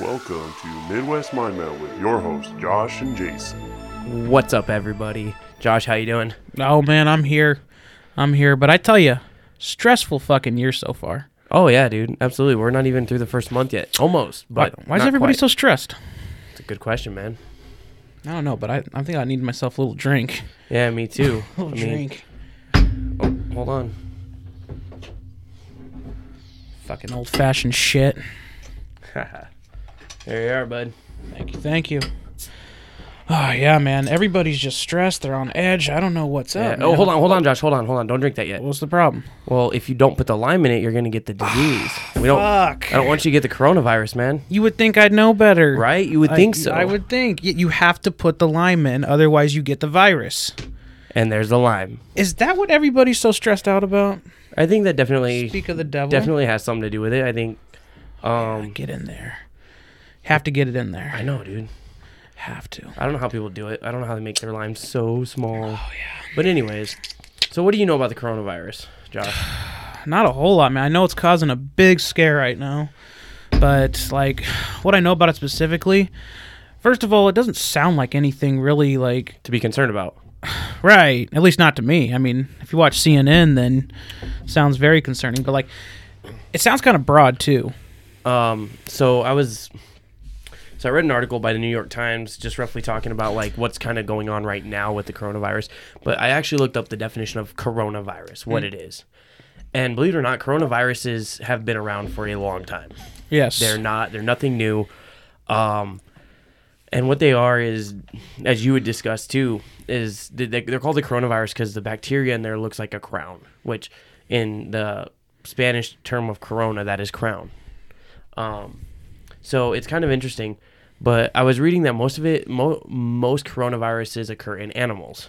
Welcome to Midwest Mind Meld with your hosts Josh and Jason. What's up, everybody? Josh, how you doing? Oh man, I'm here. I'm here, but I tell you, stressful fucking year so far. Oh yeah, dude, absolutely. We're not even through the first month yet. Almost, Why, but why is not everybody quite. so stressed? It's a good question, man. I don't know, but I, I think I need myself a little drink. Yeah, me too. A little I mean, drink. Hold on. Fucking old fashioned shit. there you are, bud. Thank you. Thank you. Oh yeah, man. Everybody's just stressed. They're on edge. I don't know what's Yeah. up. oh, man. hold on, hold on, Josh. Hold on, hold on. Don't drink that yet. What's the problem? Well, if you don't put the lime in it, you're gonna get the disease. we don't. Fuck. I don't want you to get the coronavirus, man. You would think I'd know better, Right? You would I- think so. I would think Y- you have to put the lime in, otherwise you get the virus. And there's the lime. Is that what everybody's so stressed out about? I think that definitely, Speak of the devil. definitely has something to do with it. I think. Um, Get in there. Have to get it in there. I know, dude. Have to. I don't know how people do it. I don't know how they make their limes so small. Oh yeah. But anyways, so what do you know about the coronavirus, Josh? Not a whole lot, man. I know it's causing a big scare right now, but like what I know about it specifically, first of all, it doesn't sound like anything really like to be concerned about. right. At least not to me. I mean, if you watch CNN, then it sounds very concerning. But like, it sounds kind of broad too. Um, so I was, so I read an article by the New York Times just roughly talking about like what's kind of going on right now with the coronavirus. But I actually looked up the definition of coronavirus, what it is, and believe it or not, coronaviruses have been around for a long time. Yes. They're not. They're nothing new. Um, and what they are is, as you would discuss too, is they- they- they're called the coronavirus because the bacteria in there looks like a crown, which in the Spanish term of corona, that is crown. Um, so it's kind of interesting, but I was reading that most of it, mo- most coronaviruses occur in animals.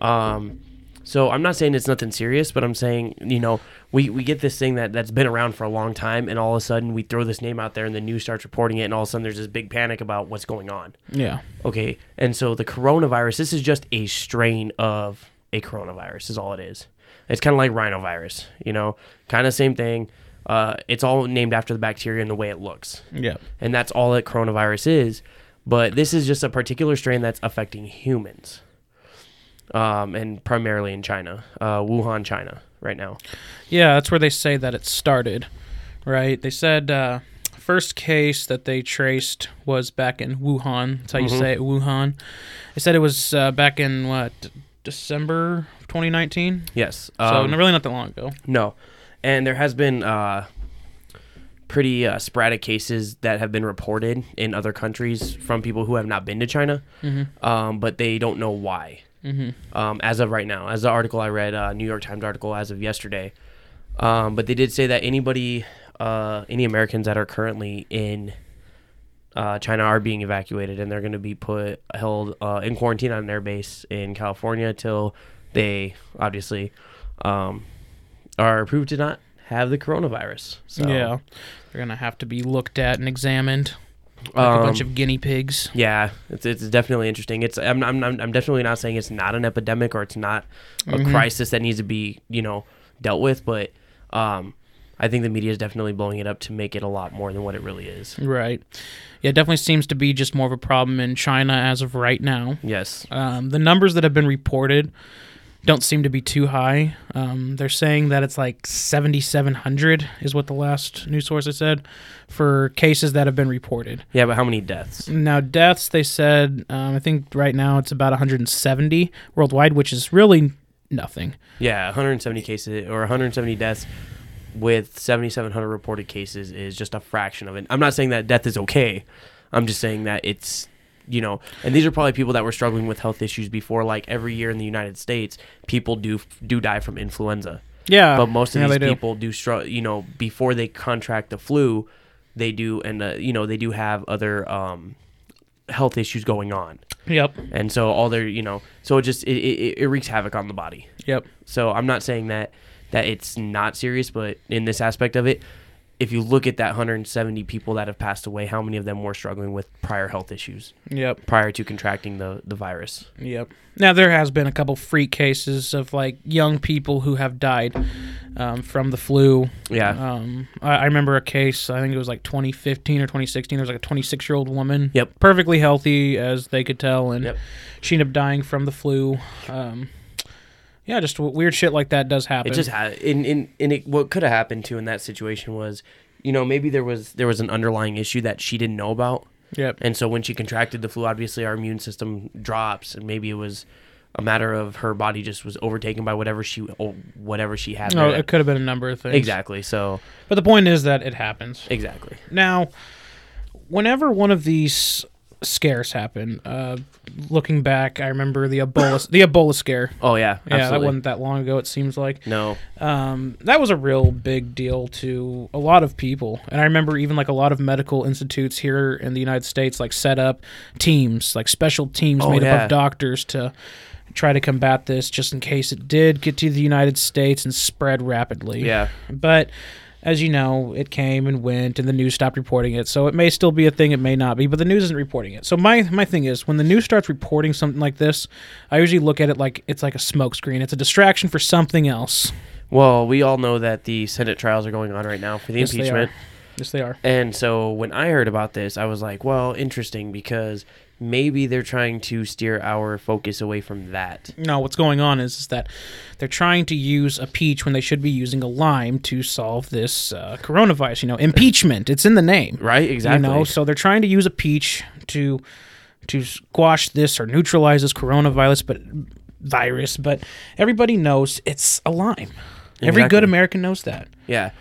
Um, so I'm not saying it's nothing serious, but I'm saying you know we, we get this thing that that's been around for a long time, and all of a sudden we throw this name out there, and the news starts reporting it, and all of a sudden there's this big panic about what's going on. yeah. Okay, and so the coronavirus, this is just a strain of a coronavirus, is all it is. It's kind of like rhinovirus, you know, kind of same thing. Uh, it's all named after the bacteria and the way it looks Yeah. and that's all that coronavirus is. But this is just a particular strain that's affecting humans, um, and primarily in China, uh, Wuhan, China, right now. Yeah, that's where they say that it started, right? They said uh, first case that they traced was back in Wuhan. That's how Mm-hmm. you say it, Wuhan. They said it was uh, back in what December 2019. Yes. so Um, n- really not that long ago. no, and there has been uh, pretty uh, sporadic cases that have been reported in other countries from people who have not been to China, um, but they don't know why. Um, as of right now, as the article I read, uh, New York Times article as of yesterday, um, but they did say that anybody, uh, any Americans that are currently in uh, China are being evacuated, and they're going to be put held uh, in quarantine on their base in California till they obviously um, are approved to not have the coronavirus. So, Yeah, they're gonna have to be looked at and examined. Like a bunch um, of guinea pigs. Yeah, it's, it's definitely interesting. It's I'm, I'm I'm I'm definitely not saying it's not an epidemic or it's not a crisis that needs to be you know dealt with, but um, I think the media is definitely blowing it up to make it a lot more than what it really is. Right. Yeah, it definitely seems to be just more of a problem in China as of right now. Yes. Um, the numbers that have been reported don't seem to be too high. Um, they're saying that it's like 7,700 is what the last news source has said for cases that have been reported. Yeah, but how many deaths? Now, deaths, they said, um, I think right now it's about 170 worldwide, which is really nothing. Yeah, 170 cases or 170 deaths with 7,700 reported cases is just a fraction of it. I'm not saying that death is okay. I'm just saying that it's, you know, and these are probably people that were struggling with health issues before. Like every year in the United States, people do do die from influenza, Yeah. but most of Ah, yeah, these they do. people do struggle. You know, before they contract the flu, they do, and uh, you know, they do have other um, health issues going on, Yep. and so all their, you know, so it just it, it, it wreaks havoc on the body. Yep. So I'm not saying that that it's not serious, but in this aspect of it, if you look at that 170 people that have passed away, how many of them were struggling with prior health issues Yep. prior to contracting the the virus? Yep. Now there has been a couple freak cases of like young people who have died um, from the flu. Yeah. Um, I, I remember a case. I think it was like 2015 or 2016. There was like a 26 year old woman. Yep. Perfectly healthy as they could tell, and Yep. she ended up dying from the flu. Um, yeah, just w- weird shit like that does happen. It just had in in in it, what could have happened too in that situation was, you know, maybe there was there was an underlying issue that she didn't know about, Yep. and so when she contracted the flu, obviously our immune system drops, and maybe it was a matter of her body just was overtaken by whatever she or whatever she had. No, there. Oh, it could have been a number of things. exactly. So But the point is that it happens. exactly. Now, whenever one of these scares happen, uh, looking back, I remember the Ebola the Ebola scare. Oh yeah, Yeah, that absolutely. wasn't that long ago. It seems like No, um, that was a real big deal to a lot of people, and I remember even like a lot of medical institutes here in the United States like set up teams, like special teams Oh, made up yeah. of doctors to try to combat this, just in case it did get to the United States and spread rapidly. yeah, But as you know, it came and went, and the news stopped reporting it. So it may still be a thing, it may not be, but the news isn't reporting it. So my my thing is, when the news starts reporting something like this, I usually look at it like it's like a smokescreen. It's a distraction for something else. Well, we all know that the Senate trials are going on right now for the Yes, they are. impeachment. Yes, they are. And so when I heard about this, I was like, well, interesting because maybe they're trying to steer our focus away from that. No, what's going on is, is that they're trying to use a peach when they should be using a lime to solve this uh, coronavirus. You know, impeachment. It's in the name. Right? Exactly. You know, so they're trying to use a peach to to squash this or neutralize this coronavirus, but virus. But everybody knows it's a lime. Every Exactly. good American knows that. yeah.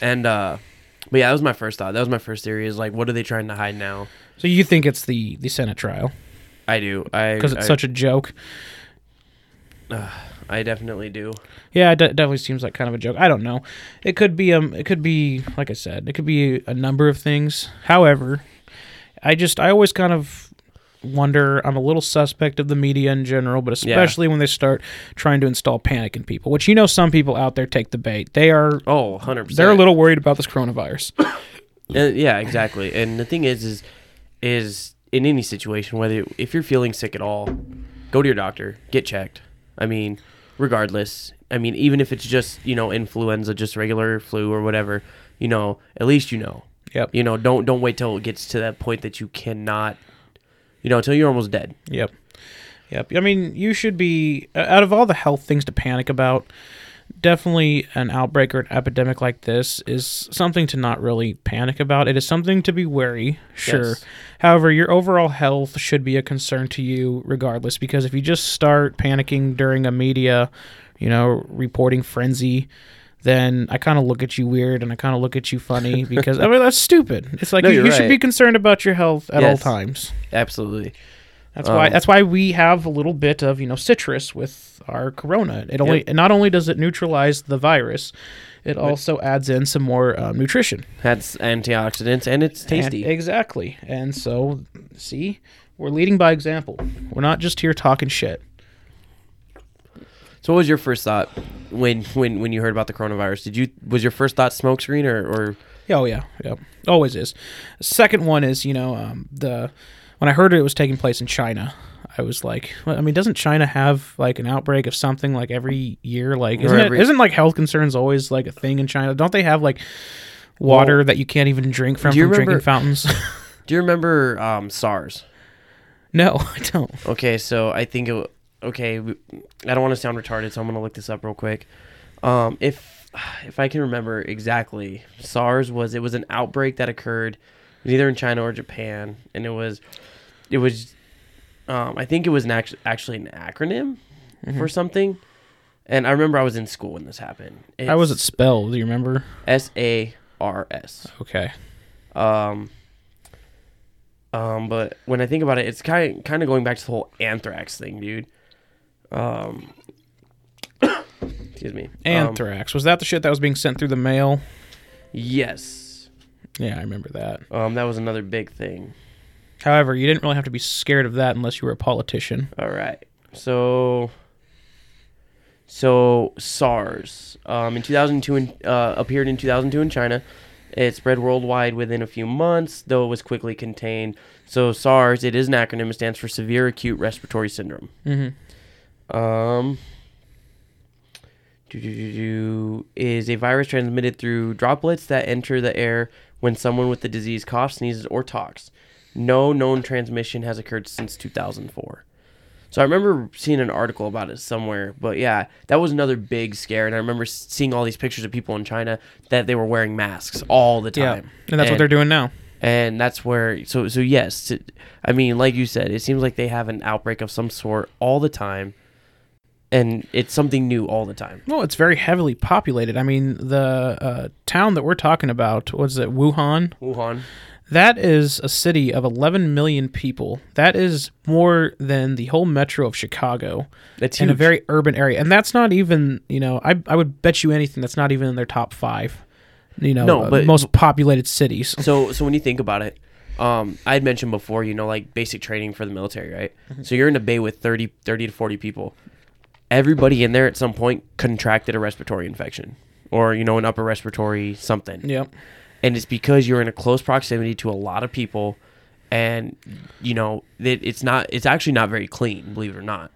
And uh but yeah, that was my first thought. That was my first theory is like what are they trying to hide now? So you think it's the the Senate trial I do. I because it's I, such a joke? I definitely do. Yeah, it de- definitely seems like kind of a joke. I don't know. It could be um, it could be like I said, it could be a number of things. However, I just I always kind of wonder. I'm a little suspect of the media in general, but especially when they start trying to install panic in people, which you know some people out there take the bait. They are Oh, 100%. they're a little worried about this coronavirus. Uh, yeah, exactly. And the thing is, is, is in any situation, whether if you're feeling sick at all, go to your doctor, get checked. I mean, regardless. I mean, even if it's just you know influenza, just regular flu or whatever, you know, at least you know. Yep. You know, don't don't wait till it gets to that point that you cannot, you know, until you're almost dead. Yep. Yep. I mean, you should be uh, out of all the health things to panic about. Definitely, an outbreak or an epidemic like this is something to not really panic about. It is something to be wary, sure. Yes. However, your overall health should be a concern to you, regardless, because if you just start panicking during a media, you know, reporting frenzy, then I kind of look at you weird and I kind of look at you funny because I mean that's stupid. It's like No, you, you're you should right. be concerned about your health at Yes. all times. Absolutely. That's why. Um, That's why we have a little bit of you know citrus with our Corona. It only Yep. not only does it neutralize the virus, it also adds in some more um, nutrition. That's antioxidants and it's And- tasty. exactly. And so, see, we're leading by example. We're not just here talking shit. so, what was your first thought when when when you heard about the coronavirus? Did you was your first thought smokescreen or or Yeah, Oh yeah, yeah, always is. Second one is you know um, the when I heard it was taking place in China, I was like, well, I mean, doesn't China have like an outbreak of something like every year? Like, isn't every- it, isn't like health concerns always like a thing in China? Don't they have like water that you can't even drink from, do you from remember- drinking fountains? Do you remember um, SARS? no, I don't. Okay, so I think it. w- Okay, w- I don't want to sound retarded, so I'm gonna look this up real quick. Um, if if I can remember exactly, SARS was it was an outbreak that occurred it was either in China or Japan, and it was it was um, I think it was an act- actually an acronym for something. And I remember I was in school when this happened. How was it spelled? Do you remember? S A R S. Okay. Um, um, but when I think about it, it's kind of, kind of going back to the whole anthrax thing, dude. Um, excuse me. Um, Anthrax was that the shit that was being sent through the mail? yes. Yeah, I remember that. Um, that was another big thing. However, you didn't really have to be scared of that unless you were a politician. All right. So. So SARS um, in 2002 in, uh, appeared in 2002 in China, It spread worldwide within a few months, though it was quickly contained. So SARS, it is an acronym. It stands for Severe Acute Respiratory Syndrome. Mm-hmm. Um, do, do, do, do, is a virus transmitted through droplets that enter the air when someone with the disease coughs, sneezes, or talks. No known transmission has occurred since 2004. So I remember seeing an article about it somewhere, but yeah, that was another big scare. And I remember s- seeing all these pictures of people in China that they were wearing masks all the Yeah, time. and that's what they're doing now. And that's where, so so yes, it- I mean, like you said, it seems like they have an outbreak of some sort all the time, and it's something new all the time. Well, it's very heavily populated. I mean, the uh, town that we're talking about was it Wuhan? Wuhan. That is a city of 11 million people. That is more than the whole metro of Chicago That's in a huge. very urban area. And that's not even, you know, I, I would bet you anything that's not even in their top five, you know, No, uh, but- most populated cities. So so when you think about it, um, I had mentioned before, you know, like basic training for the military, right? Mm-hmm. So you're in a bay with 30, 30 to forty people. Everybody in there at some point contracted a respiratory infection, or you know, an upper respiratory something, Yep. and it's because you're in a close proximity to a lot of people, and you know, it, it's not, it's actually not very clean, believe it or not.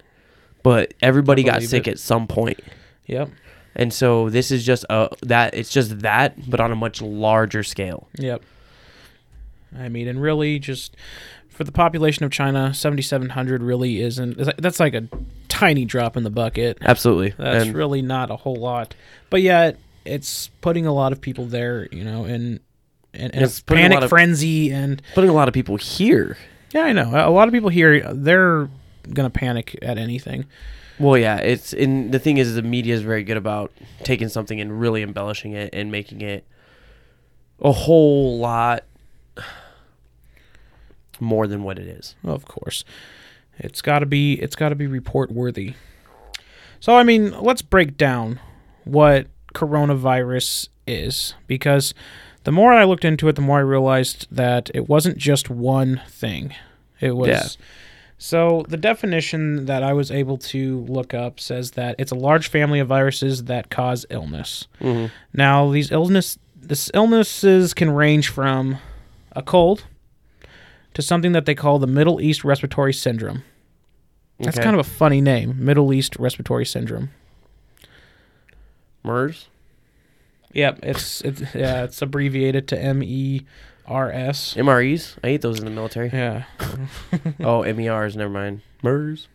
But everybody got believe sick it. at some point. Yep. And so this is just a that it's just that, but on a much larger scale. Yep. I mean, and really, just for the population of China, seventy-seven hundred really isn't. is- That's like a tiny drop in the bucket. Absolutely, That's And- really not a whole lot, but yet it's putting a lot of people there. You know, and and, and It's it's putting a panic lot of- frenzy, and putting a lot of people here. yeah, I know a lot of people here they're gonna panic at anything. Well, yeah, it's and the thing is, the media is very good about taking something and really embellishing it and making it a whole lot more than what it is. Well, of course, it's got to be it's got to be report worthy. So I mean, let's break down what coronavirus is because the more I looked into it, the more I realized that it wasn't just one thing. It was Yeah. So the definition that I was able to look up says that it's a large family of viruses that cause illness. Now these illness this illnesses can range from a cold to something that they call the Middle East Respiratory Syndrome. That's Okay. kind of a funny name, Middle East Respiratory Syndrome. MERS. Yep, it's it's yeah, it's abbreviated to M E R S. MREs. I ate those in the military. Yeah. Oh, MERs. Never mind. MERS.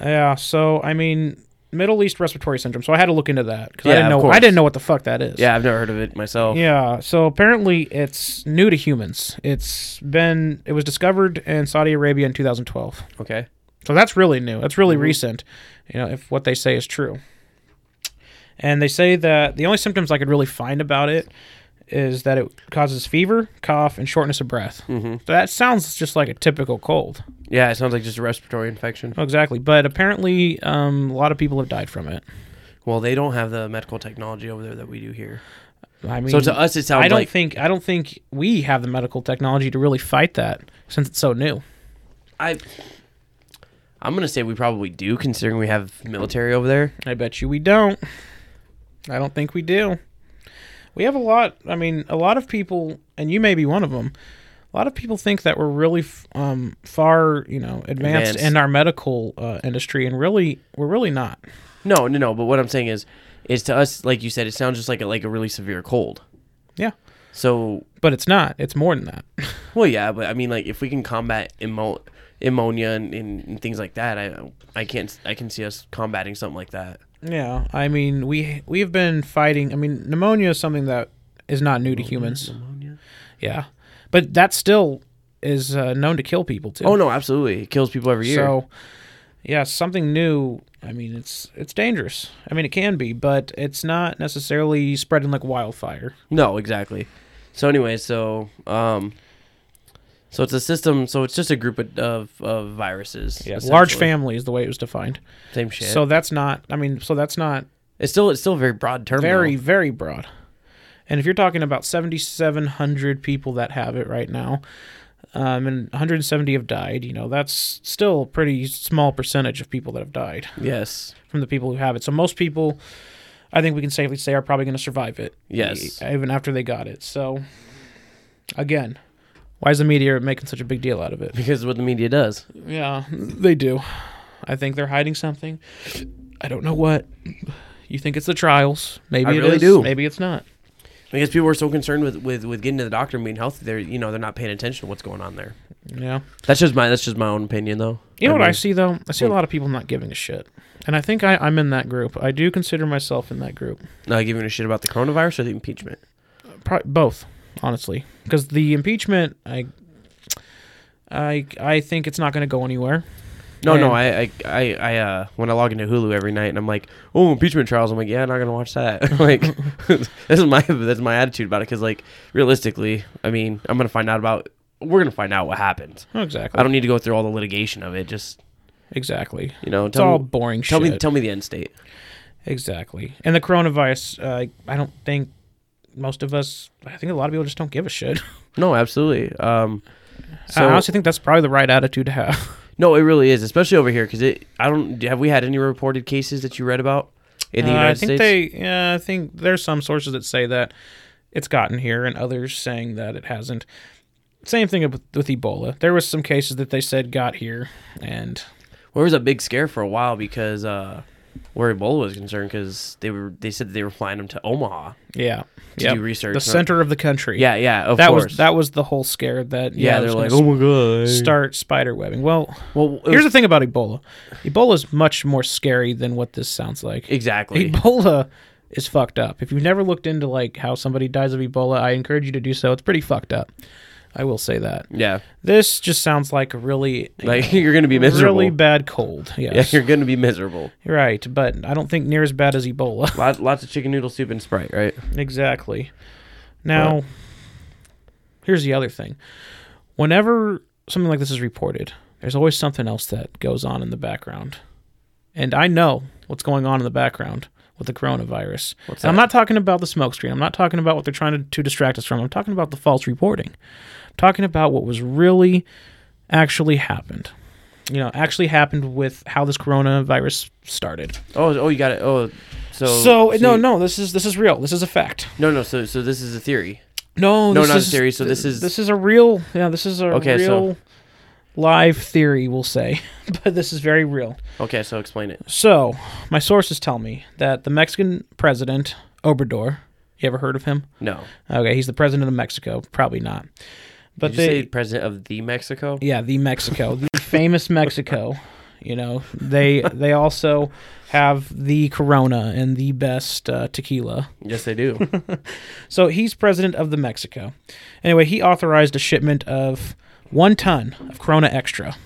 Yeah, so I mean Middle East Respiratory Syndrome. So I had to look into that because Yeah, I didn't of know course. I didn't know what the fuck that is. Yeah, I've never heard of it myself. Yeah, so apparently it's new to humans. It's been it was discovered in Saudi Arabia in 2012. Okay. So that's really new. That's Mm-hmm. really recent, you know, if what they say is true. And they say that the only symptoms I could really find about it is that it causes fever, cough, and shortness of breath. Mm-hmm. So that sounds just like a typical cold. Yeah, it sounds like just a respiratory infection. Oh, exactly. But apparently, um, a lot of people have died from it. Well, they don't have the medical technology over there that we do here. I mean, So to us, it sounds I don't like think I don't think we have the medical technology to really fight that since it's so new. I. I'm gonna say we probably do, considering we have military over there. I bet you we don't. I don't think we do. We have a lot. I mean, a lot of people, and you may be one of them. A lot of people think that we're really f- um, far, you know, advanced, Advanced. in our medical uh, industry, and really, we're really not. No, no, no. But what I'm saying is, is to us, like you said, it sounds just like a, like a really severe cold. Yeah, So, but it's not. It's more than that. well, yeah, but I mean, like if we can combat emo- ammonia and, and, and things like that, I I can't I can see us combating something like that. yeah, I mean, we we've been fighting. I mean, pneumonia is something that is not new to humans. Ammonia. Yeah, but that still is uh, known to kill people too. Oh no, absolutely, it kills people every year. So, yeah, something new. I mean, it's it's dangerous. I mean, it can be, but it's not necessarily spreading like wildfire. No, exactly. So anyway, so um, so it's a system. So it's just a group of of, of viruses. large essentially. family is the way it was defined. Same shit. So So that's not. I mean, so that's not it's still it's still a very broad term. Very. very very broad. And if you're talking about 7,700 people that have it right now, um, and 170 have died, you know, that's still a pretty small percentage of people that have died. Yes. from the people who have it. So most people, I think we can safely say are probably going to survive it. Yes. e- Even after they got it. So, again, why is the media making such a big deal out of it? because what the media does. Yeah, they do. I think they're hiding something. I don't know what. You think it's the trials? I Maybe it really is, do. Maybe it's not. Because people are so concerned with, with, with getting to the doctor and being healthy, they're you know they're not paying attention to what's going on there. Yeah. That's just my that's just my own opinion though. You know what I mean, see though? I see a Hmm. lot of people not giving a shit, and I think I, I'm in that group. I do consider myself in that group. Not giving a shit about the coronavirus or the impeachment. Pro- both, honestly, because the impeachment, I, I, I think it's not going to go anywhere. No, no, And- I, I, I, I, uh, when I log into Hulu every night and I'm like, oh, impeachment trials. I'm like, yeah, not gonna watch that. like, this is my that's my attitude about it because, like, realistically, I mean, I'm gonna find out about we're gonna find out what happened. Oh, exactly. I don't need to go through all the litigation of it. Just exactly. you know, It's tell all me, boring tell shit. me, tell me the end state. exactly. And the coronavirus, uh, I don't think most of us. I think a lot of people just don't give a shit. No, absolutely. Um, I so honestly think that's probably the right attitude to have. no, it really is, especially over here because it. I don't have we had any reported cases that you read about in the Uh, United I think States. they. Yeah, I think there's some sources that say that it's gotten here, and others saying that it hasn't. Same thing with, with Ebola. There was some cases that they said got here, and Well, there was a big scare for a while because uh, where Ebola was concerned, because they were they said that they were flying them to Omaha. yeah, To yeah, do research, The huh? center of the country. Yeah, yeah, of that course. was that was the whole scare. That yeah, yeah, it they're was like, gonna oh my god. start spider webbing. Well, Well, it here's was- the thing about Ebola. Ebola is much more scary than what this sounds like. exactly. Ebola is fucked up. If you've never looked into like how somebody dies of Ebola, I encourage you to do so. It's pretty fucked up. I will say that. Yeah, This just sounds like a really like you're gonna be miserable. really bad cold. yeah, Yes. you're gonna be miserable. right, but I don't think near as bad as Ebola. Lots, lots of chicken noodle soup and Sprite, right? exactly. Now, here's the other thing. Whenever something like this is reported, there's always something else that goes on in the background. And I know what's going on in the background with the coronavirus. What's And I'm that? not talking about the smokescreen. I'm not talking about what they're trying to, to distract us from. I'm talking about the false reporting. I'm talking about what was really actually happened. You know, actually happened with how this coronavirus started. Oh, oh, you got it. Oh, so So, no, you- no, this is this is real. This is a fact. no, no. So, so this is a theory. No, No, this not a is, theory, so this is- this is a real yeah. This is a Okay, so- real live theory, we'll say, but this is very real. Okay, so explain it. So my sources tell me that the Mexican president Obrador, you ever heard of him? No, Okay, he's the president of Mexico. Probably not, but did you they say president of the Mexico? yeah, the Mexico, the famous Mexico. You know, they they also have the Corona and the best uh, tequila. Yes, they do. So he's president of the Mexico. Anyway, he authorized a shipment of one ton of Corona Extra.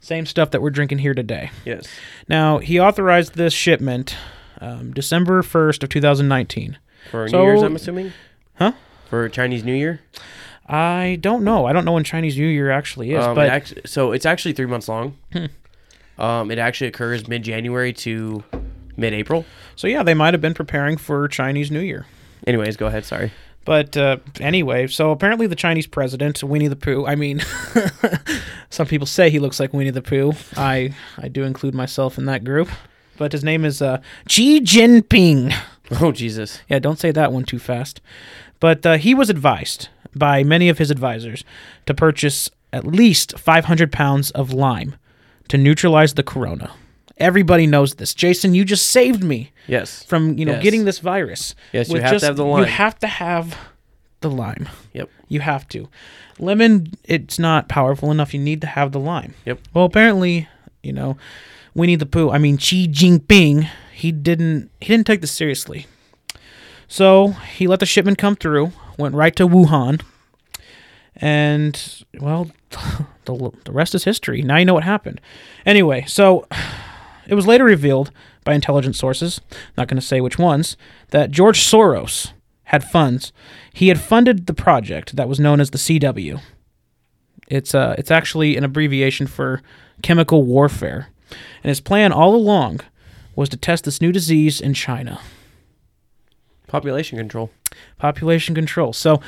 Same stuff that we're drinking here today. yes. Now, he authorized this shipment um, December 1st of 2019. For So- New Year's, I'm assuming. Huh? For Chinese New Year. I don't know. I don't know when Chinese New Year actually is, Um, it but actu- so it's actually three months long. um, it actually occurs mid January to mid April. so yeah, they might have been preparing for Chinese New Year. Anyways, go ahead. Sorry. But uh, anyway, so apparently the Chinese president Winnie the Pooh. I mean, some people say he looks like Winnie the Pooh. I I do include myself in that group. But his name is uh, Xi Jinping. Oh Jesus. Yeah, don't say that one too fast. But uh, he was advised by many of his advisors to purchase at least 500 pounds of lime to neutralize the corona. Everybody knows this. Jason, you just saved me Yes. from you know Yes. getting this virus. Yes, you With have to have the You lime. have to have the lime. Yep. You have to. Lemon, it's not powerful enough. You need to have the lime. Yep. Well, apparently, you know, Winnie the Pooh. I mean, Xi Jinping. He didn't. He didn't take this seriously. So he let the shipment come through. Went right to Wuhan. And well, the the rest is history. Now you know what happened. Anyway, so it was later revealed by intelligence sources, not going to say which ones, that George Soros had funds. He had funded the project that was known as the CW. It's uh, it's actually an abbreviation for chemical warfare, and his plan all along was to test this new disease in China, Population control. population control. So,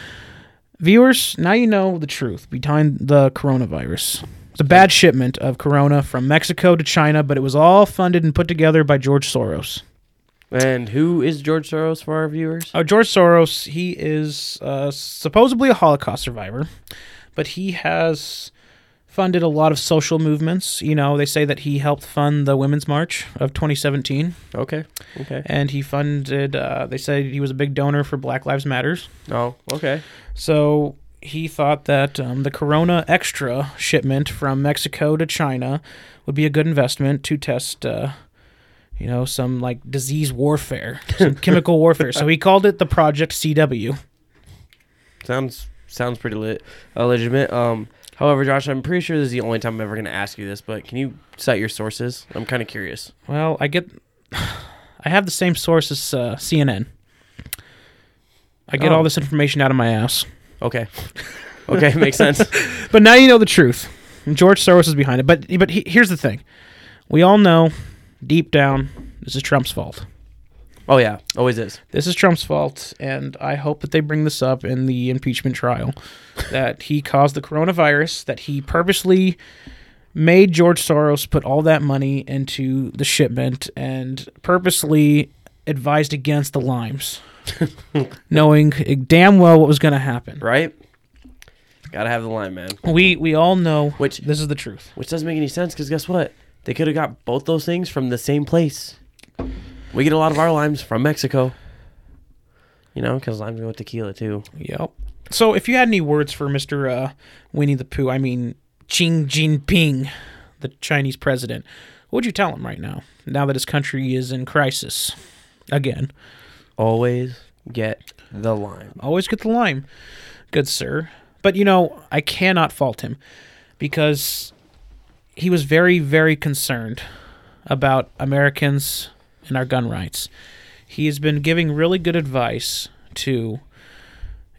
viewers, now you know the truth behind the coronavirus. It's a bad shipment of corona from Mexico to China, but it was all funded and put together by George Soros. And who is George Soros for our viewers? Uh, George Soros, he is uh, supposedly a Holocaust survivor, but he has funded a lot of social movements. You know, they say that he helped fund the Women's March of 2017, Okay. Okay. and he funded. Uh, they said he was a big donor for Black Lives Matters. Oh, okay. So he thought that um, the Corona Extra shipment from Mexico to China would be a good investment to test, uh, you know, some like disease warfare, some chemical warfare. So he called it the Project CW. Sounds sounds pretty lit, uh, legitimate. Um, however, Josh, I'm pretty sure this is the only time I'm ever going to ask you this, but can you cite your sources? I'm kind of curious. Well, I get, I have the same source as uh, CNN. I get Oh. all this information out of my ass. Okay. Okay, makes sense. But now you know the truth. George Soros is behind it. But but he, here's the thing: we all know, deep down, this is Trump's fault. Oh yeah, always is. this is Trump's fault, and I hope that they bring this up in the impeachment trial that he caused the coronavirus, that he purposely made George Soros put all that money into the shipment and purposely advised against the limes, knowing damn well what was going to happen. Right? Got to have the line, man. We we all know Which- this is the truth. Which doesn't make any sense because guess what? They could have got both those things from the same place. We get a lot of our limes from Mexico. You know, because limes go with tequila too. Yep. So if you had any words for Mr. Uh, Winnie the Pooh, I mean Xi Jinping, the Chinese president, what would you tell him right now? Now that his country is in crisis, again, Always get the lime. always get the lime, good sir. But you know, I cannot fault him because he was very, very concerned about Americans and our gun rights. He has been giving really good advice to,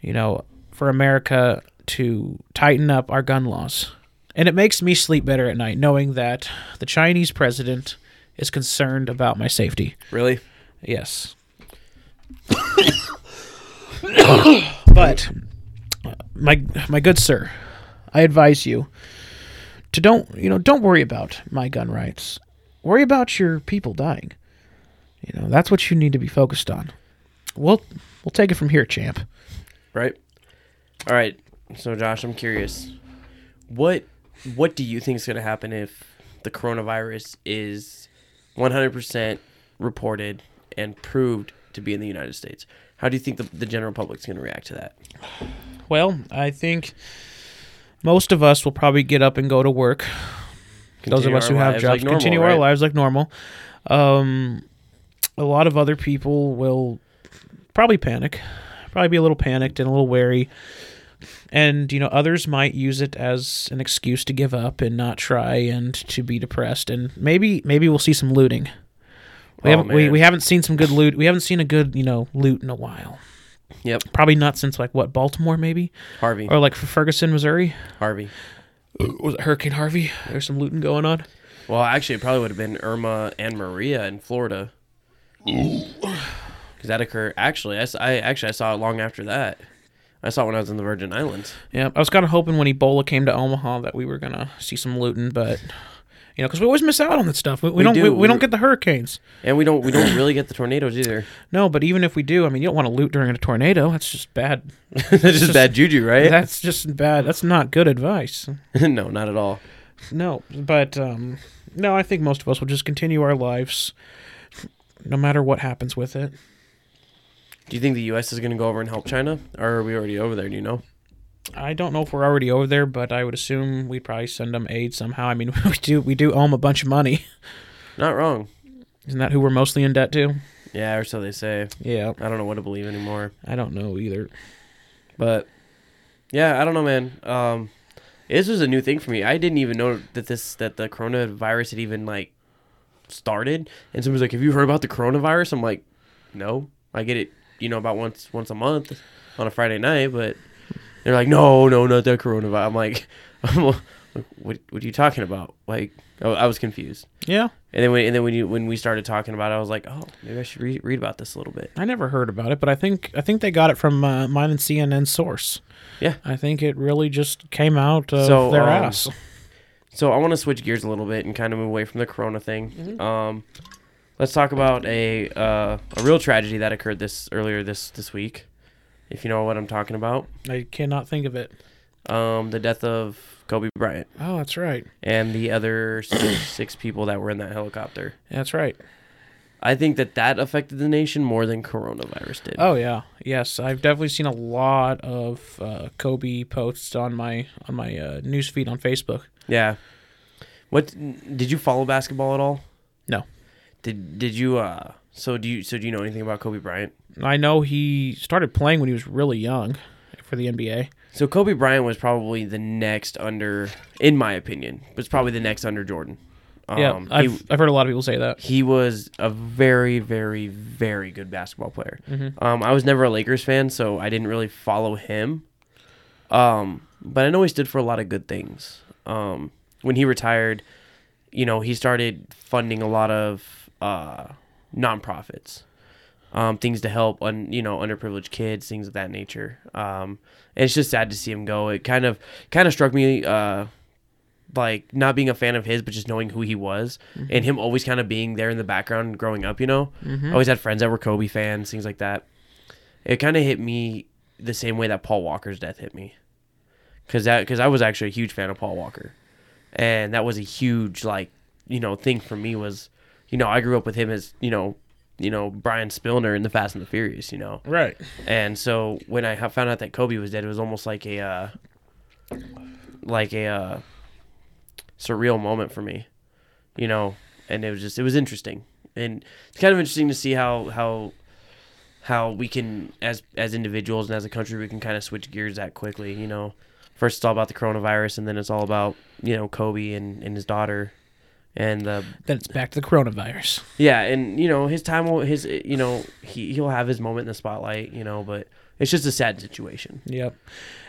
you know, for America to tighten up our gun laws. And it makes me sleep better at night knowing that the Chinese president is concerned about my safety. Really? Yes. but my my good sir, I advise you to don't you know don't worry about my gun rights. Worry about your people dying. You know that's what you need to be focused on. We'll we'll take it from here, champ. Right? All right. So Josh, I'm curious. What what do you think is going to happen if the coronavirus is 100% reported and proved to be in the United States? How do you think the, the general public's going to react to that? Well, I think most of us will probably get up and go to work those of Continue us who our have lives jobs like normal, continue our right? lives like normal. Um, a lot of other people will probably panic, probably be a little panicked and a little wary. And you know, others might use it as an excuse to give up and not try and to be depressed. And maybe maybe we'll see some looting. We Oh, haven't we, man. we haven't seen some good loot. We haven't seen a good you know loot in a while. Yep. Probably not since like what Baltimore maybe Harvey. or like Ferguson, Missouri. Harvey. Was it Hurricane Harvey? There's some looting going on. Well, actually, it probably would have been Irma and Maria in Florida. Because that occurred. Actually, I, s- I- actually I saw it long after that. I saw it when I was in the Virgin Islands. Yeah, I was kind of hoping when Ebola came to Omaha that we were gonna see some looting, but you know, because we always miss out on that stuff. We, we, We don't. do. We, we We- don't get the hurricanes. And we don't we don't really get the tornadoes either. No, but even if we do, I mean, you don't want to loot during a tornado. That's just bad. That's just, bad juju, right? That's just bad. That's not good advice. no, not at all. No, but um, no, I think most of us will just continue our lives, no matter what happens with it. Do you think the U.S. is going to go over and help China, or are we already over there? Do you know? I don't know if we're already over there, but I would assume we'd probably send them aid somehow. I mean, we do. We do owe them a bunch of money. Not wrong. Isn't that who we're mostly in debt to? Yeah, or so they say. Yeah, I don't know what to believe anymore. I don't know either. But yeah, I don't know, man. Um, this was a new thing for me. I didn't even know that this that the coronavirus had even like started. And somebody's like, "Have you heard about the coronavirus?" I'm like, "No, I get it. You know, about once once a month on a Friday night." But they're like, "No, no, not that coronavirus." I'm like, I'm like, "What? What are you talking about?" Like, I, I was confused. Yeah. And then when and then when you when we started talking about it, I was like, "Oh, maybe I should re- read about this a little bit." I never heard about it, but I think I think they got it from uh, mine and CNN source. Yeah. I think it really just came out of So, their um, ass. So I want to switch gears a little bit and kind of move away from the corona thing. Um, Let's talk about a uh, a real tragedy that occurred this earlier this this week. If you know what I'm talking about, I cannot think of it. um, the death of Kobe Bryant Oh, that's right. and the other s- six people that were in that helicopter. That's right. I think that that affected the nation more than coronavirus did. Oh yeah, yes. I've definitely seen a lot of uh, Kobe posts on my on my uh, newsfeed on Facebook. Yeah. What did you follow basketball at all? No, Did did you uh so do you so do you know anything about Kobe Bryant? I know he started playing when he was really young for the NBA. So Kobe Bryant was probably the next under in my opinion, was probably the next under Jordan. Um yeah, I've, he, I've heard a lot of people say that. he was a very very very good basketball player. Um I was never a Lakers fan, so I didn't really follow him. Um but I know he stood for a lot of good things. Um when he retired, you know, he started funding a lot of uh nonprofits. um, things to help un, you know underprivileged kids, things of that nature. Um, and it's just sad to see him go. It kind of kind of struck me uh, like not being a fan of his, but just knowing who he was and him always kind of being there in the background growing up. You know, I always had friends that were Kobe fans, things like that. It kind of hit me the same way that Paul Walker's death hit me, because that because I was actually a huge fan of Paul Walker, and that was a huge like you know thing for me was. You know, I grew up with him as you know you know Brian Spillner in the Fast and the Furious, you know. Right. And so when I ha- found out that Kobe was dead, it was almost like a uh, like a uh, surreal moment for me, you know. And it was just it was interesting, and it's kind of interesting to see how how how we can as as individuals and as a country we can kind of switch gears that quickly, you know. First, it's all about the coronavirus, and then it's all about you know Kobe and, and his daughter, and the Then it's back to the coronavirus. yeah, and you know his time will his eh, you know he he'll have his moment in the spotlight, you know, but it's just a sad situation. Yep.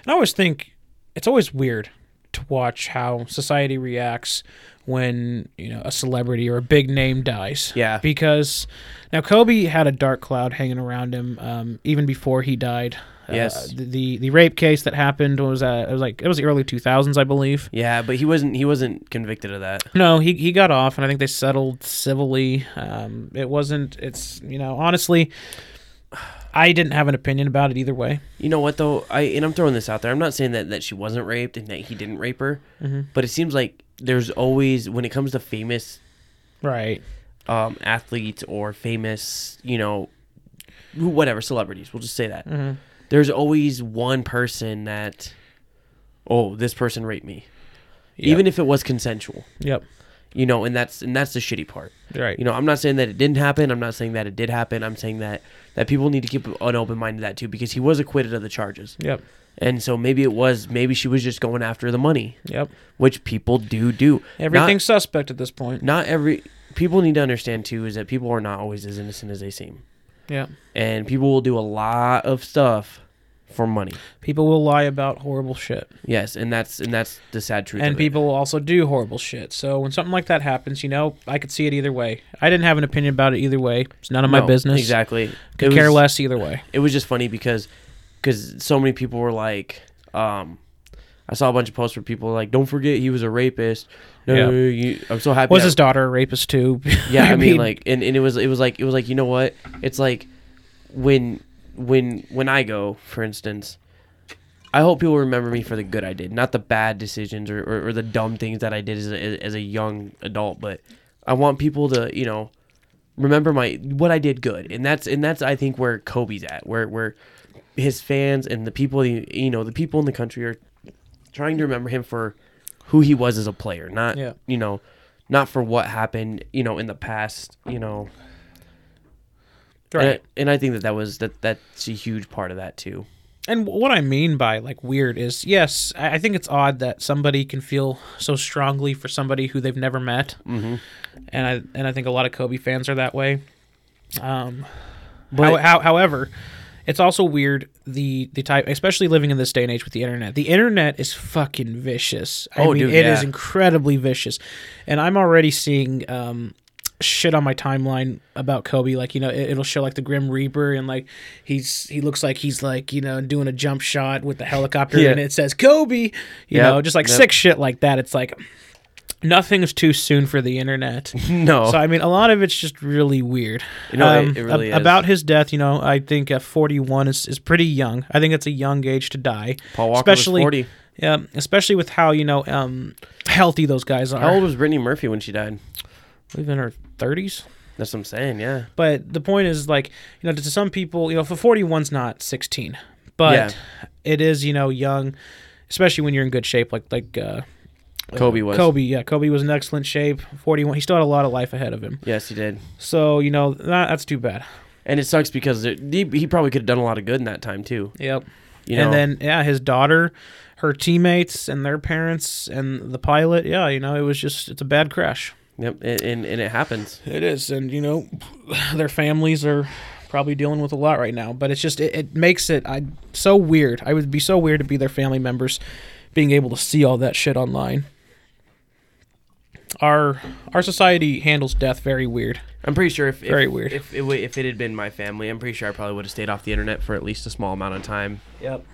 And I always think it's always weird to watch how society reacts when, you know, a celebrity or a big name dies. Yeah. Because now Kobe had a dark cloud hanging around him um, even before he died. Yes. Uh, the, the the rape case that happened was uh, it was like it was the early 2000s, I believe. Yeah, but he wasn't he wasn't convicted of that. No, he, he got off, and I think they settled civilly. Um, it wasn't. It's you know honestly, I didn't have an opinion about it either way. You know what though? I and I'm throwing this out there. I'm not saying that that she wasn't raped and that he didn't rape her, but it seems like there's always when it comes to famous Right. um, athletes or famous, you know, who- whatever celebrities. We'll just say that. There's always one person that, oh, this person raped me, even if it was consensual. Yep. you know and that's and that's the shitty part Right. you know i'm not saying that it didn't happen i'm not saying that it did happen i'm saying that that people need to keep an open mind to that too because he was acquitted of the charges Yep. and so maybe it was maybe she was just going after the money Yep. which people do do Everything's suspect at this point. not, not every people need to understand too is that people are not always as innocent as they seem Yeah. and people will do a lot of stuff for money People will lie about horrible shit. yes and that's and that's the sad truth And of it. people will also do horrible shit. So when something like that happens, you know, I could see it either way. I didn't have an opinion about it either way. It's none of my No, business. exactly Could It care was- less either way. it was just funny because because so many people were like um I saw a bunch of posts where people were like, "Don't forget, he was a rapist." No, Yeah. you, I'm so happy. Was that- his daughter a rapist too? Yeah, I mean, like, and, and it was it was like it was like you know what? It's like when when when I go, for instance, I hope people remember me for the good I did, not the bad decisions or, or, or the dumb things that I did as a, as a young adult. But I want people to you know remember my what I did good, and that's and that's I think where Kobe's at, where where his fans and the people you you know the people in the country are trying to remember him for who he was as a player, not Yeah. you know not for what happened you know in the past you know Right. and, and I think that that was that that's a huge part of that too. And what I mean by like weird is, yes, I I think it's odd that somebody can feel so strongly for somebody who they've never met, mm-hmm. and I and I think a lot of Kobe fans are that way. Um, how, But- how, however, it's also weird the the type, especially living in this day and age with the internet. The internet is fucking vicious. I Oh, mean, dude, it is yeah. incredibly vicious, and I'm already seeing. Um, shit on my timeline about Kobe. Like, you know, it, it'll show like the Grim Reaper and like he's he looks like he's like, you know, doing a jump shot with the helicopter Yeah. and it says Kobe, you Yep, know, just like yep. sick shit like that. It's like nothing's too soon for the internet. No. So I mean, a lot of it's just really weird. Um, You know, it- it really is. About his death, you know, I think uh, 41 is, is pretty young. I think it's a young age to die. Paul Walker was 40. Yeah, especially with how you know um, healthy those guys are. How old was Brittany Murphy when she died? We've in our 30s. That's what I'm saying. Yeah. But the point is, like, you know, to some people, you know, for 41's not 16, but Yeah. it is, you know, young, especially when you're in good shape, like, like, uh, Kobe was. Kobe, yeah, Kobe was in excellent shape. Forty-one, he still had a lot of life ahead of him. Yes, he did. So you know that, that's too bad. And it sucks because it, he, he probably could have done a lot of good in that time too. Yep. You know? and then yeah, his daughter, her teammates, and their parents, and the pilot. Yeah, you know, it was just it's a bad crash. Yep. And, and, and it happens. It is, and you know, their families are probably dealing with a lot right now. But it's just it, it makes it I so weird. I would be so weird to be their family members, being able to see all that shit online. Our our society handles death very weird. I'm pretty sure if, if Very weird. if it, wa- if it had been my family, I'm pretty sure I probably would have stayed off the internet for at least a small amount of time. Yep.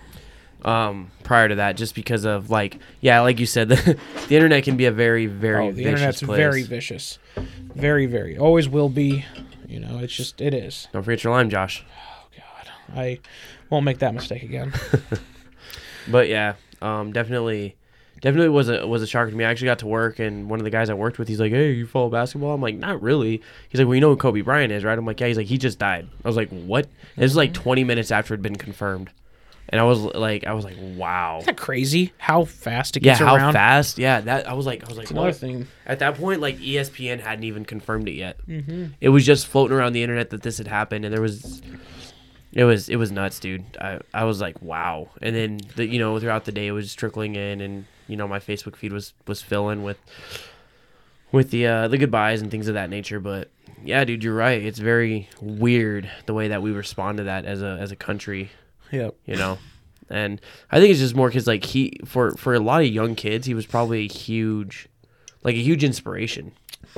um, prior to that, just because of like, yeah, like you said, the, the internet can be a very, very Oh, the vicious internet's place. very vicious, very very always will be. You know, it's just it is. Don't forget your lime, Josh. God, I won't make that mistake again. But yeah, um, definitely, definitely was a was a shocker to me. I actually got to work, and one of the guys I worked with, he's like, "Hey, you follow basketball?" I'm like, "Not really." He's like, "Well, you know who Kobe Bryant is, right?" I'm like, "Yeah." He's like, "He just died." I was like, "What?" And This was Mm-hmm. like 20 minutes after it'd been confirmed, and I was like, I was like, "Wow." Isn't that crazy? How fast it Yeah, gets how around. fast? Yeah, that I was like, I was like, Another what? thing. At that point, like E ESPN hadn't even confirmed it yet. It was just floating around the internet that this had happened, and there was, it was, it was nuts, dude. I, I was like, wow. And then, the, you know, throughout the day, it was trickling in, and you know, my Facebook feed was was filling with, with the uh, the goodbyes and things of that nature. But yeah, dude, you're right. It's very weird the way that we respond to that as a as a country Yep. you know and i think it's just more because like he for for a lot of young kids he was probably a huge like a huge inspiration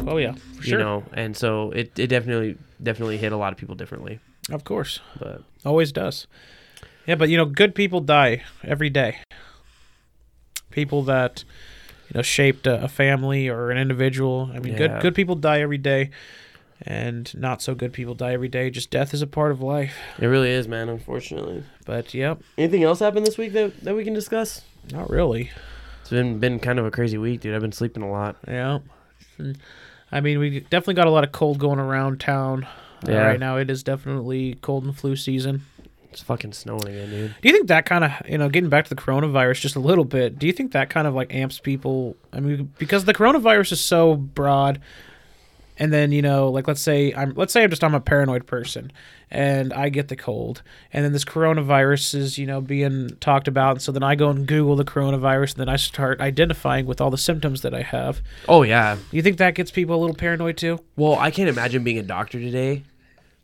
Oh yeah. For sure. you know and so it, it definitely definitely hit a lot of people differently Of course. but Always does. Yeah, but you know, good people die every day. People that you know shaped a, a family or an individual. I mean, Yeah. good good people die every day, and not so good people die every day. Just death is a part of life. it really is man unfortunately But yep, anything else happened this week that, that we can discuss not really. it's been been kind of a crazy week dude i've been sleeping a lot Yeah. I mean, we definitely got a lot of cold going around town uh, Yeah. right now. It is definitely cold and flu season. it's fucking snowing again dude Do you think that kind of, you know, getting back to the coronavirus just a little bit, do you think that kind of like amps people? I mean, because the coronavirus is so broad. And then, you know, like let's say I'm let's say I'm just I'm a paranoid person and I get the cold. And then this coronavirus is, you know, being talked about. And so then I go and Google the coronavirus and then I start identifying with all the symptoms that I have. oh yeah Do you think that gets people a little paranoid too? well i can't imagine being a doctor today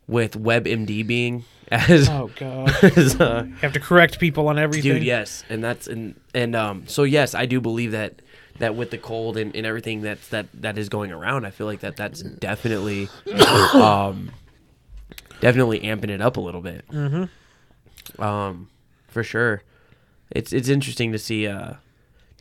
with webmd being as, Oh god. you as uh, have to correct people on everything. dude yes and that's and and um so yes i do believe that that with the cold and, and everything that's that that is going around i feel like that that's definitely um definitely amping it up a little bit mm-hmm. um for sure it's it's interesting to see uh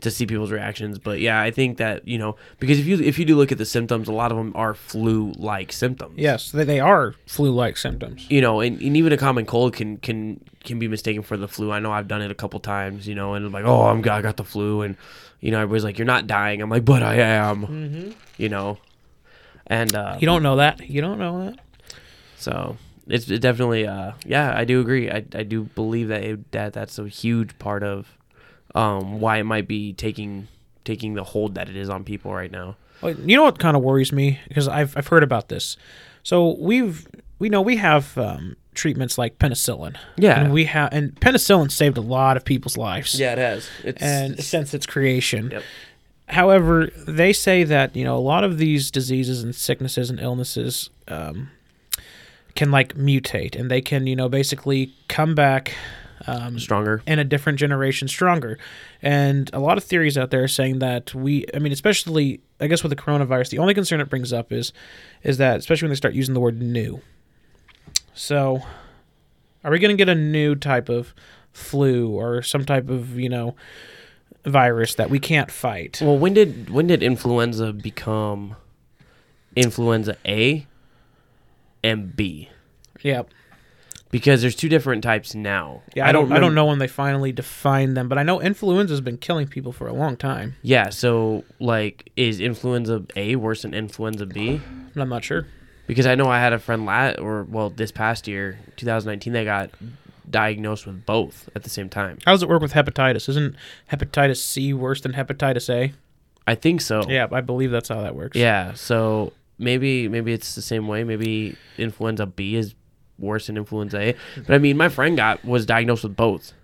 to see people's reactions but yeah i think that you know because if you if you do look at the symptoms a lot of them are flu like symptoms Yes, they, they are flu-like symptoms. you know, and, and even a common cold can can can be mistaken for the flu. I know I've done it a couple times, you know, and I'm like, oh, I'm I got the flu, and you know, everybody's like, you're not dying. I'm like, but I am, you know, and uh, You don't know that. You don't know that. so it's it definitely, uh, yeah, I do agree. I I do believe that it, that that's a huge part of um, why it might be taking taking the hold that it is on people right now. Well, You know what kind of worries me because I've I've heard about this. So we've we know we have um, treatments like penicillin. Yeah. and we have and penicillin saved a lot of people's lives. it has. It's and since its creation. Yep. However, they say that you know a lot of these diseases and sicknesses and illnesses um, can like mutate, and they can you know basically come back um, stronger. in a different generation stronger. And a lot of theories out there are saying that we, I mean, especially I guess with the coronavirus, the only concern it brings up is, is that especially when they start using the word new. So, are we going to get a new type of flu or some type of you know virus that we can't fight. Well, when did when did influenza become influenza A and B? Yep. Because there's two different types now. Yeah, I don't. I remem- don't know when they finally defined them, but I know influenza's been killing people for a long time. Yeah, so like, is influenza A worse than influenza B? and I'm not sure. Because I know I had a friend lat or well, this past year, 2019, they got diagnosed with both at the same time. How does it work with hepatitis? Isn't hepatitis C worse than hepatitis A? I think so. Yeah, I believe that's how that works. Yeah. So maybe maybe it's the same way. Maybe influenza B is worse than influenza A. But I mean, my friend got was diagnosed with both,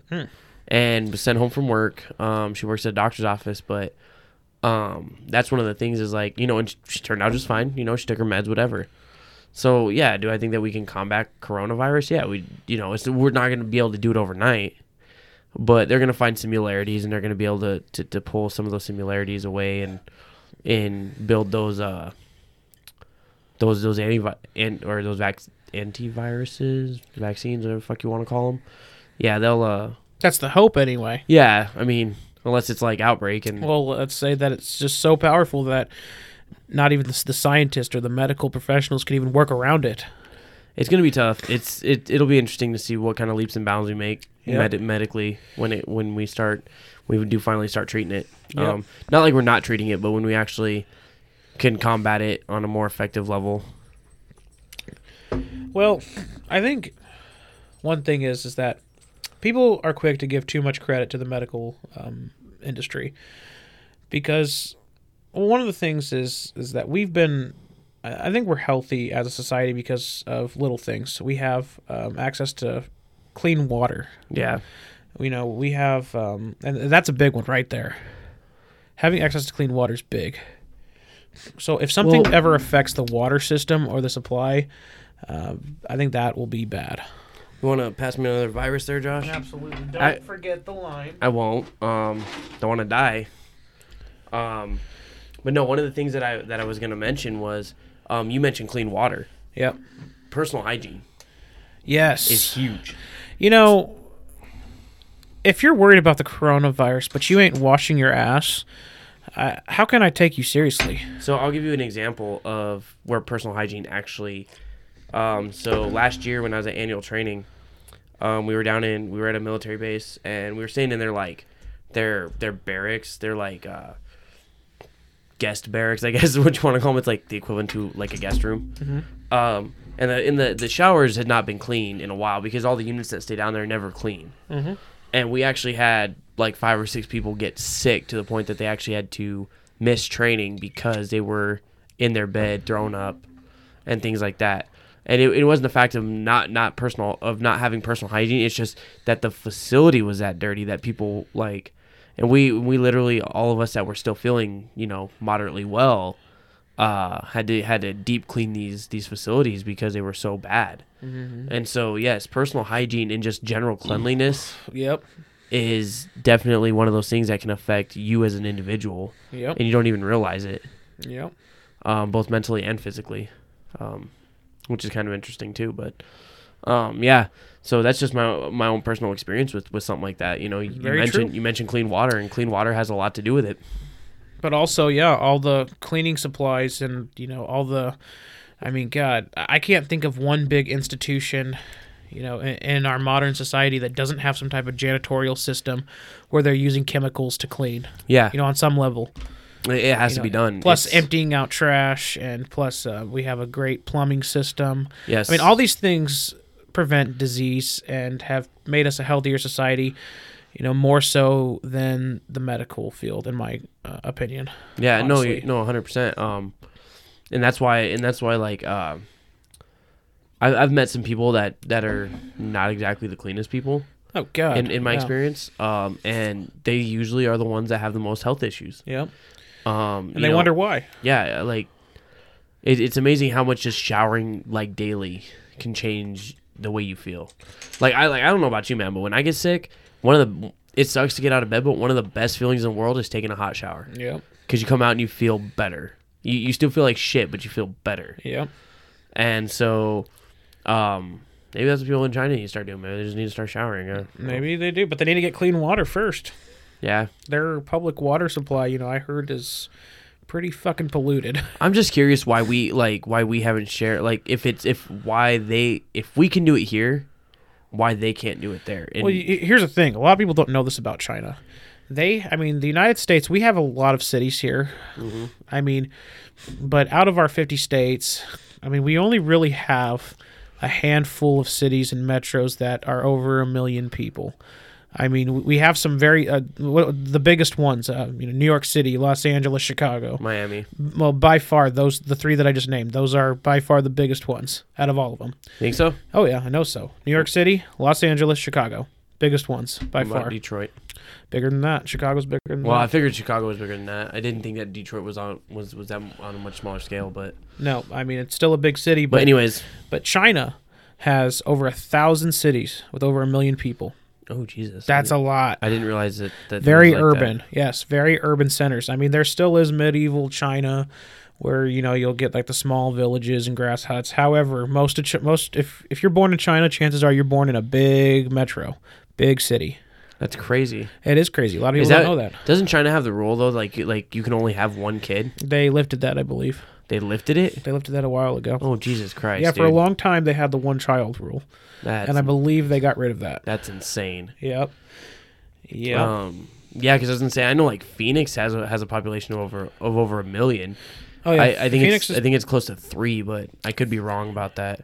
and was sent home from work. Um, she works at a doctor's office, but um, that's one of the things is like you know, and she, she turned out just fine. You know, she took her meds, whatever. So yeah, do I think that we can combat coronavirus? Yeah, we you know it's we're not going to be able to do it overnight, but they're going to find similarities and they're going to be able to, to to pull some of those similarities away and and build those uh those those anti and or those vac- antiviruses vaccines whatever the fuck you want to call them. Yeah, they'll uh That's the hope, anyway. yeah. I mean, unless it's like outbreak and Well, let's say that it's just so powerful that not even the, the scientists or the medical professionals can even work around it. It's gonna be tough. It's it it'll be interesting to see what kind of leaps and bounds we make Yeah. med- medically when it when we start we do finally start treating it. Yeah. Um, not like we're not treating it, but when we actually can combat it on a more effective level. Well, I think one thing is is that people are quick to give too much credit to the medical um, industry because one of the things is is that we've been I I think we're healthy as a society because of little things. We have um, access to clean water. Yeah, You know, we have, um, and that's a big one right there. Having access to clean water is big. So if something Well- ever affects the water system or the supply, um I think that will be bad. you want to pass me another virus there, Josh? Absolutely. Don't I- forget the line. I won't. Um, don't want to die. Um, but no, one of the things that I that I was gonna mention was um, you mentioned clean water, Yep. personal hygiene Yes. is huge. You know, if you're worried about the coronavirus, but you ain't washing your ass, uh, how can I take you seriously? So I'll give you an example of where personal hygiene actually. Um, so last year when I was at annual training, um, we were down in we were at a military base and we were staying in their like their their barracks. They're like uh, guest barracks, I guess is what you want to call them. It's like the equivalent to like a guest room. Um, and the, in the the showers had not been cleaned in a while because all the units that stay down there are never clean. And we actually had like five or six people get sick to the point that they actually had to miss training because they were in their bed, thrown up, and things like that. And it, it wasn't the fact of not not personal of not having personal hygiene. It's just that the facility was that dirty that people like, and we we literally all of us that were still feeling you know moderately well, uh, had to had to deep clean these these facilities because they were so bad. And so yes, personal hygiene and just general cleanliness Yep. is definitely one of those things that can affect you as an individual, Yep. and you don't even realize it, Yep. um, both mentally and physically, um, which is kind of interesting too. But um, yeah, so that's just my my own personal experience with, with something like that. You know, you, you Very mentioned true. you mentioned clean water, and clean water has a lot to do with it. But also, yeah, all the cleaning supplies and, you know, all the. I mean, God, I I can't think of one big institution, you know, in, in our modern society that doesn't have some type of janitorial system where they're using chemicals to clean, Yeah, you know, on some level. it, it has to know, be done. Plus, It's- emptying out trash, and plus, uh, we have a great plumbing system. Yes. I mean, all these things prevent disease and have made us a healthier society. You know, more so than the medical field, in my uh, opinion. Yeah, no, honestly. you, no, hundred percent. Um, and that's why, and that's why, like, uh, I, I've met some people that that are not exactly the cleanest people Oh God! in in my yeah. experience. Um, and they usually are the ones that have the most health issues. yeah, Um, you and they know, wonder why. yeah, like, it, it's amazing how much just showering like daily can change the way you feel. Like I like I don't know about you, man, but when I get sick, one of the it sucks to get out of bed, but one of the best feelings in the world is taking a hot shower Yep, because you come out and you feel better. You, you still feel like shit, but you feel better. yep, And so, um, maybe that's what people in China need to start doing. Maybe they just need to start showering. Huh? Maybe they do, but they need to get clean water first. Yeah. Their public water supply, you know, I heard is pretty fucking polluted. I'm just curious why we like why we haven't shared like if it's if why they if we can do it here, why they can't do it there. And Well, y- y- here's the thing: a lot of people don't know this about China. They, I mean, the United States. We have a lot of cities here. I mean, but out of our 50 states, I mean, we only really have a handful of cities and metros that are over a million people. I mean, w- we have some very uh, what, the biggest ones. Uh, you know, New York City, Los Angeles, Chicago. Miami. Well, by far those the three that I just named. Those are by far the biggest ones out of all of them. Think so? Oh yeah, I know so. New York City, Los Angeles, Chicago. Biggest ones by What about far. Detroit. Bigger than that. Chicago's bigger than Well, I that. figured Chicago was bigger than that. I didn't think that Detroit was on was was that on a much smaller scale, but No, I mean it's still a big city, but but anyways. but China has over a thousand cities with over a million people. Oh Jesus. That's a lot. I didn't realize that. that it Very was like urban. That. Yes, very urban centers. I mean there still is medieval China where you know you'll get like the small villages and grass huts. However, most of Ch- most if if you're born in China, chances are you're born in a big metro, big city. That's crazy. It is crazy. A lot of people Is that, don't know that. Doesn't China have the rule though? Like you- like you can only have one kid. They lifted that, I believe. They lifted it. They lifted that a while ago. Oh Jesus Christ! yeah, for a dude. long time they had the one child rule, That's, and I believe they got rid of that. that's insane. Yep. Yep. Um, yeah, because I was gonna say I know like Phoenix has a, has a population of over of over a million. oh yeah. I, I think it's, Phoenix is I think it's close to three, but I could be wrong about that.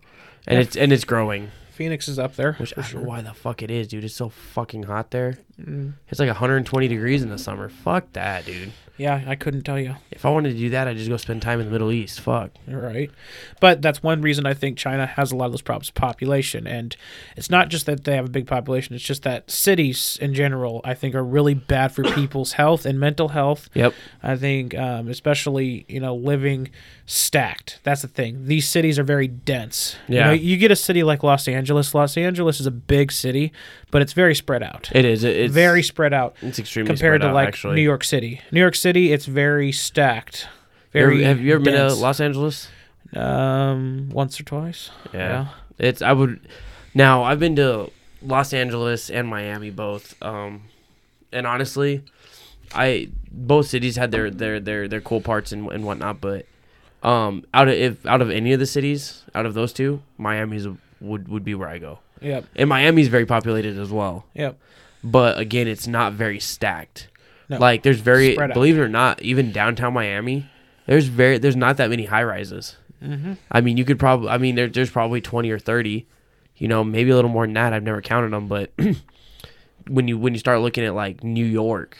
And it's and it's growing, Phoenix is up there. which for I don't sure. Mm-hmm. know why the fuck it is, dude. It's so fucking hot there. It's like 120 degrees in the summer. Fuck that, dude. Yeah, I couldn't tell you. If I wanted to do that, I'd just go spend time in the Middle East. Fuck. You're right. But that's one reason I think China has a lot of those problems population. And it's not just that they have a big population, it's just that cities in general, I think, are really bad for people's health and mental health. Yep. I think, um, especially, you know, living stacked. That's the thing. These cities are very dense. You, Yeah. know, you get a city like Los Angeles. Los Angeles is a big city, but it's very spread out. It is. It, it's very spread out It's extremely compared spread to out, like actually. New York City. New York City, it's very stacked. You ever- Very have you ever been to dense. Los Angeles? Um, once or twice. Yeah. It's I would now I've been to Los Angeles and Miami both. Um and honestly, I both cities had their their their their cool parts and and whatnot, but um out of if out of any of the cities, out of those two, Miami's would would be where I go. Yep. And Miami's very populated as well. Yep. But again, it's not very stacked. No. Like there's very Spread out. believe it or not, even downtown Miami, there's very there's not that many high rises. Mm-hmm. I mean, you could probably. I mean, there, there's probably twenty or thirty. You know, maybe a little more than that. I've never counted them, but when you when you start looking at like New York,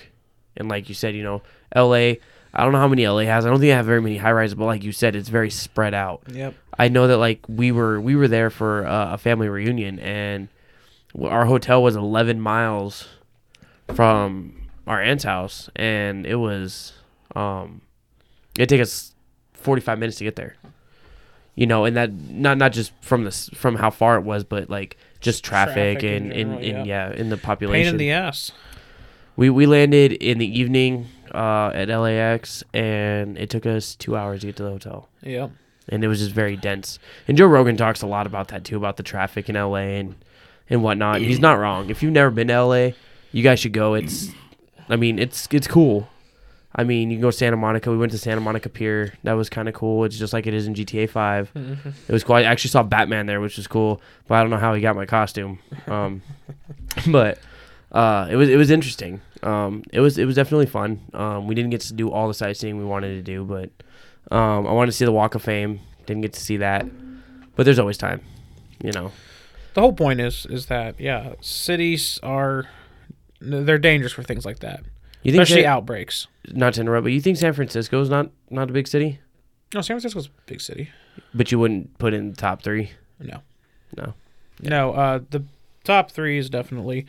and like you said, you know, L.A. I don't know how many L.A. has. I don't think I have very many high rises, but like you said, it's very spread out. Yep. I know that like we were we were there for uh, a family reunion, and w- our hotel was eleven miles from our aunt's house, and it was um, it took us forty five minutes to get there. You know, and that not not just from this from how far it was, but like just traffic, Traffic in and in, general, and yeah, in the Pain population. in the ass. we we landed in the evening uh, at LAX, and it took us two hours to get to the hotel Yep. and it was just very dense. And Joe Rogan talks a lot about that too, about the traffic in LA and and whatnot. He's not wrong. If you've never been to LA, you guys should go. It's, I mean, it's it's cool. I mean, you can go to Santa Monica. We went to Santa Monica Pier. That was kind of cool. It's just like it is in GTA Five. It was cool. I actually saw Batman there, which was cool. But I don't know how he got my costume. Um, but uh, it was it was interesting. Um, it was it was definitely fun. Um, we didn't get to do all the sightseeing we wanted to do, but um, I wanted to see the Walk of Fame. Didn't get to see that, but there's always time, you know. The whole point is is that yeah, cities are they're dangerous for things like that, You think especially Sa- outbreaks. not to interrupt, but you think San Francisco is not not a big city, No, San Francisco's a big city. but you wouldn't put it in the top three. No. No. No. Uh, the top three is definitely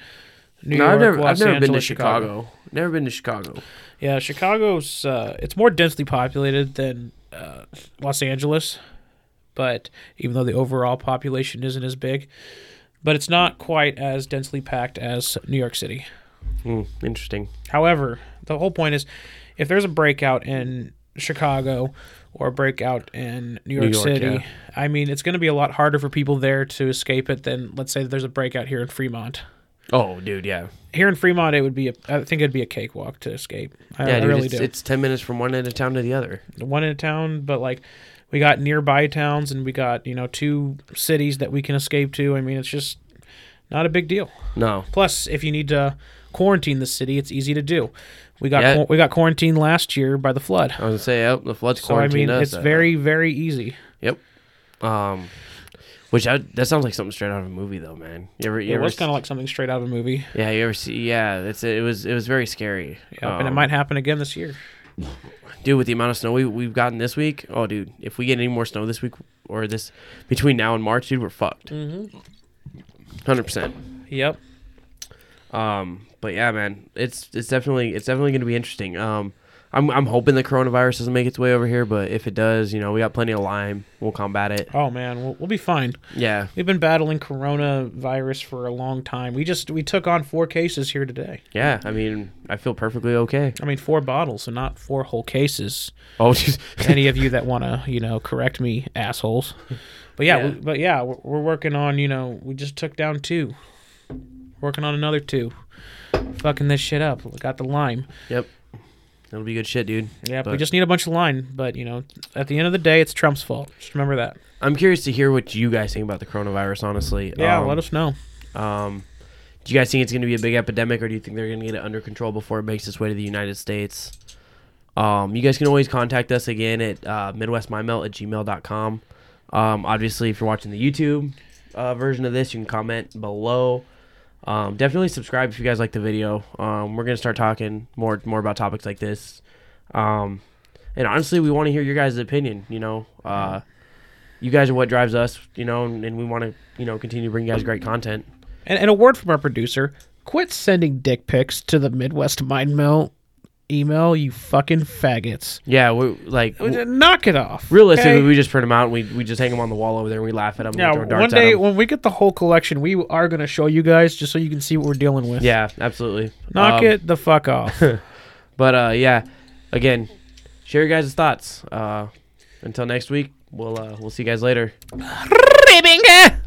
New no, York, I've never Los I've never Angeles, been to Chicago. Chicago. Never been to Chicago. Yeah, Chicago's uh, it's more densely populated than uh, Los Angeles, but even though the overall population isn't as big, but it's not quite as densely packed as New York City. Hmm, interesting. However, the whole point is, if there's a breakout in Chicago or a breakout in New York, York, City, yeah. I mean, it's going to be a lot harder for people there to escape it than let's say there's a breakout here in Fremont. Oh, dude, yeah, Here in Fremont, it would be. A, I think it'd be a cakewalk to escape. I, yeah, I dude. really it's, do. it's ten minutes from one end of town to the other. one in a town, but like we got nearby towns and we got, you know, two cities that we can escape to. I mean, it's just not a big deal. No, Plus, if you need to quarantine the city, it's easy to do. We got Yeah. quar- we got quarantined last year by the flood. I was gonna say, yep, the floods So I mean, quarantined us, it's uh, very very easy. yep. Um, which I, that sounds like something straight out of a movie, though, man. You ever, you It ever was s- kind of like something straight out of a movie. yeah, you ever see, yeah, it's it was it was very scary. Yeah, and it Um, might happen again this year. dude, with the amount of snow we, we've gotten this week, oh, dude, if we get any more snow this week or this between now and March, dude, we're fucked. Hundred percent. Yep. Um, but yeah, man, it's it's definitely it's definitely going to be interesting. Um, I'm I'm hoping the coronavirus doesn't make its way over here, but if it does, you know, we got plenty of lime. We'll combat it. Oh man, we'll, we'll be fine. Yeah, We've been battling coronavirus for a long time. We just we took on four cases here today. yeah. I mean, I feel perfectly okay. I mean, four bottles, so not four whole cases. Oh, jeez. any of you that want to, you know, correct me, assholes. But yeah, Yeah. We, but yeah, we're, we're working on, you know, we just took down two. Working on another two. Fucking this shit up. We got the lime. yep. That'll be good shit, dude. Yeah, we But- just need a bunch of lime. But you know, at the end of the day, it's Trump's fault. Just remember that. I'm curious to hear what you guys think about the coronavirus. Honestly, Yeah, Um, let us know. Um, do you guys think it's going to be a big epidemic, or do you think they're going to get it under control before it makes its way to the United States? Um, you guys can always contact us again at uh, midwestmymelt at gmail.com. Um, obviously, if you're watching the YouTube uh, version of this, you can comment below. Um, definitely subscribe if you guys like the video. Um, we're going to start talking more more about topics like this. Um, and honestly, we want to hear your guys' opinion. You know, uh, you guys are what drives us. You know, and, and we want to you know continue to bring you guys great content. And, and a word from our producer: Quit sending dick pics to the Midwest Mind Melt email. You fucking faggots. Yeah, we like w- Knock it off. realistically, okay? we just print them out and we, we just hang them on the wall over there and we laugh at them. Yeah, and we throw darts one at day 'em. when we get the whole collection, we are going to show you guys just so you can see what we're dealing with. Yeah, absolutely. Knock Um, it the fuck off. But uh, yeah, again, share your guys' thoughts. Uh, until next week, we'll uh, we'll see you guys later. Ribbing.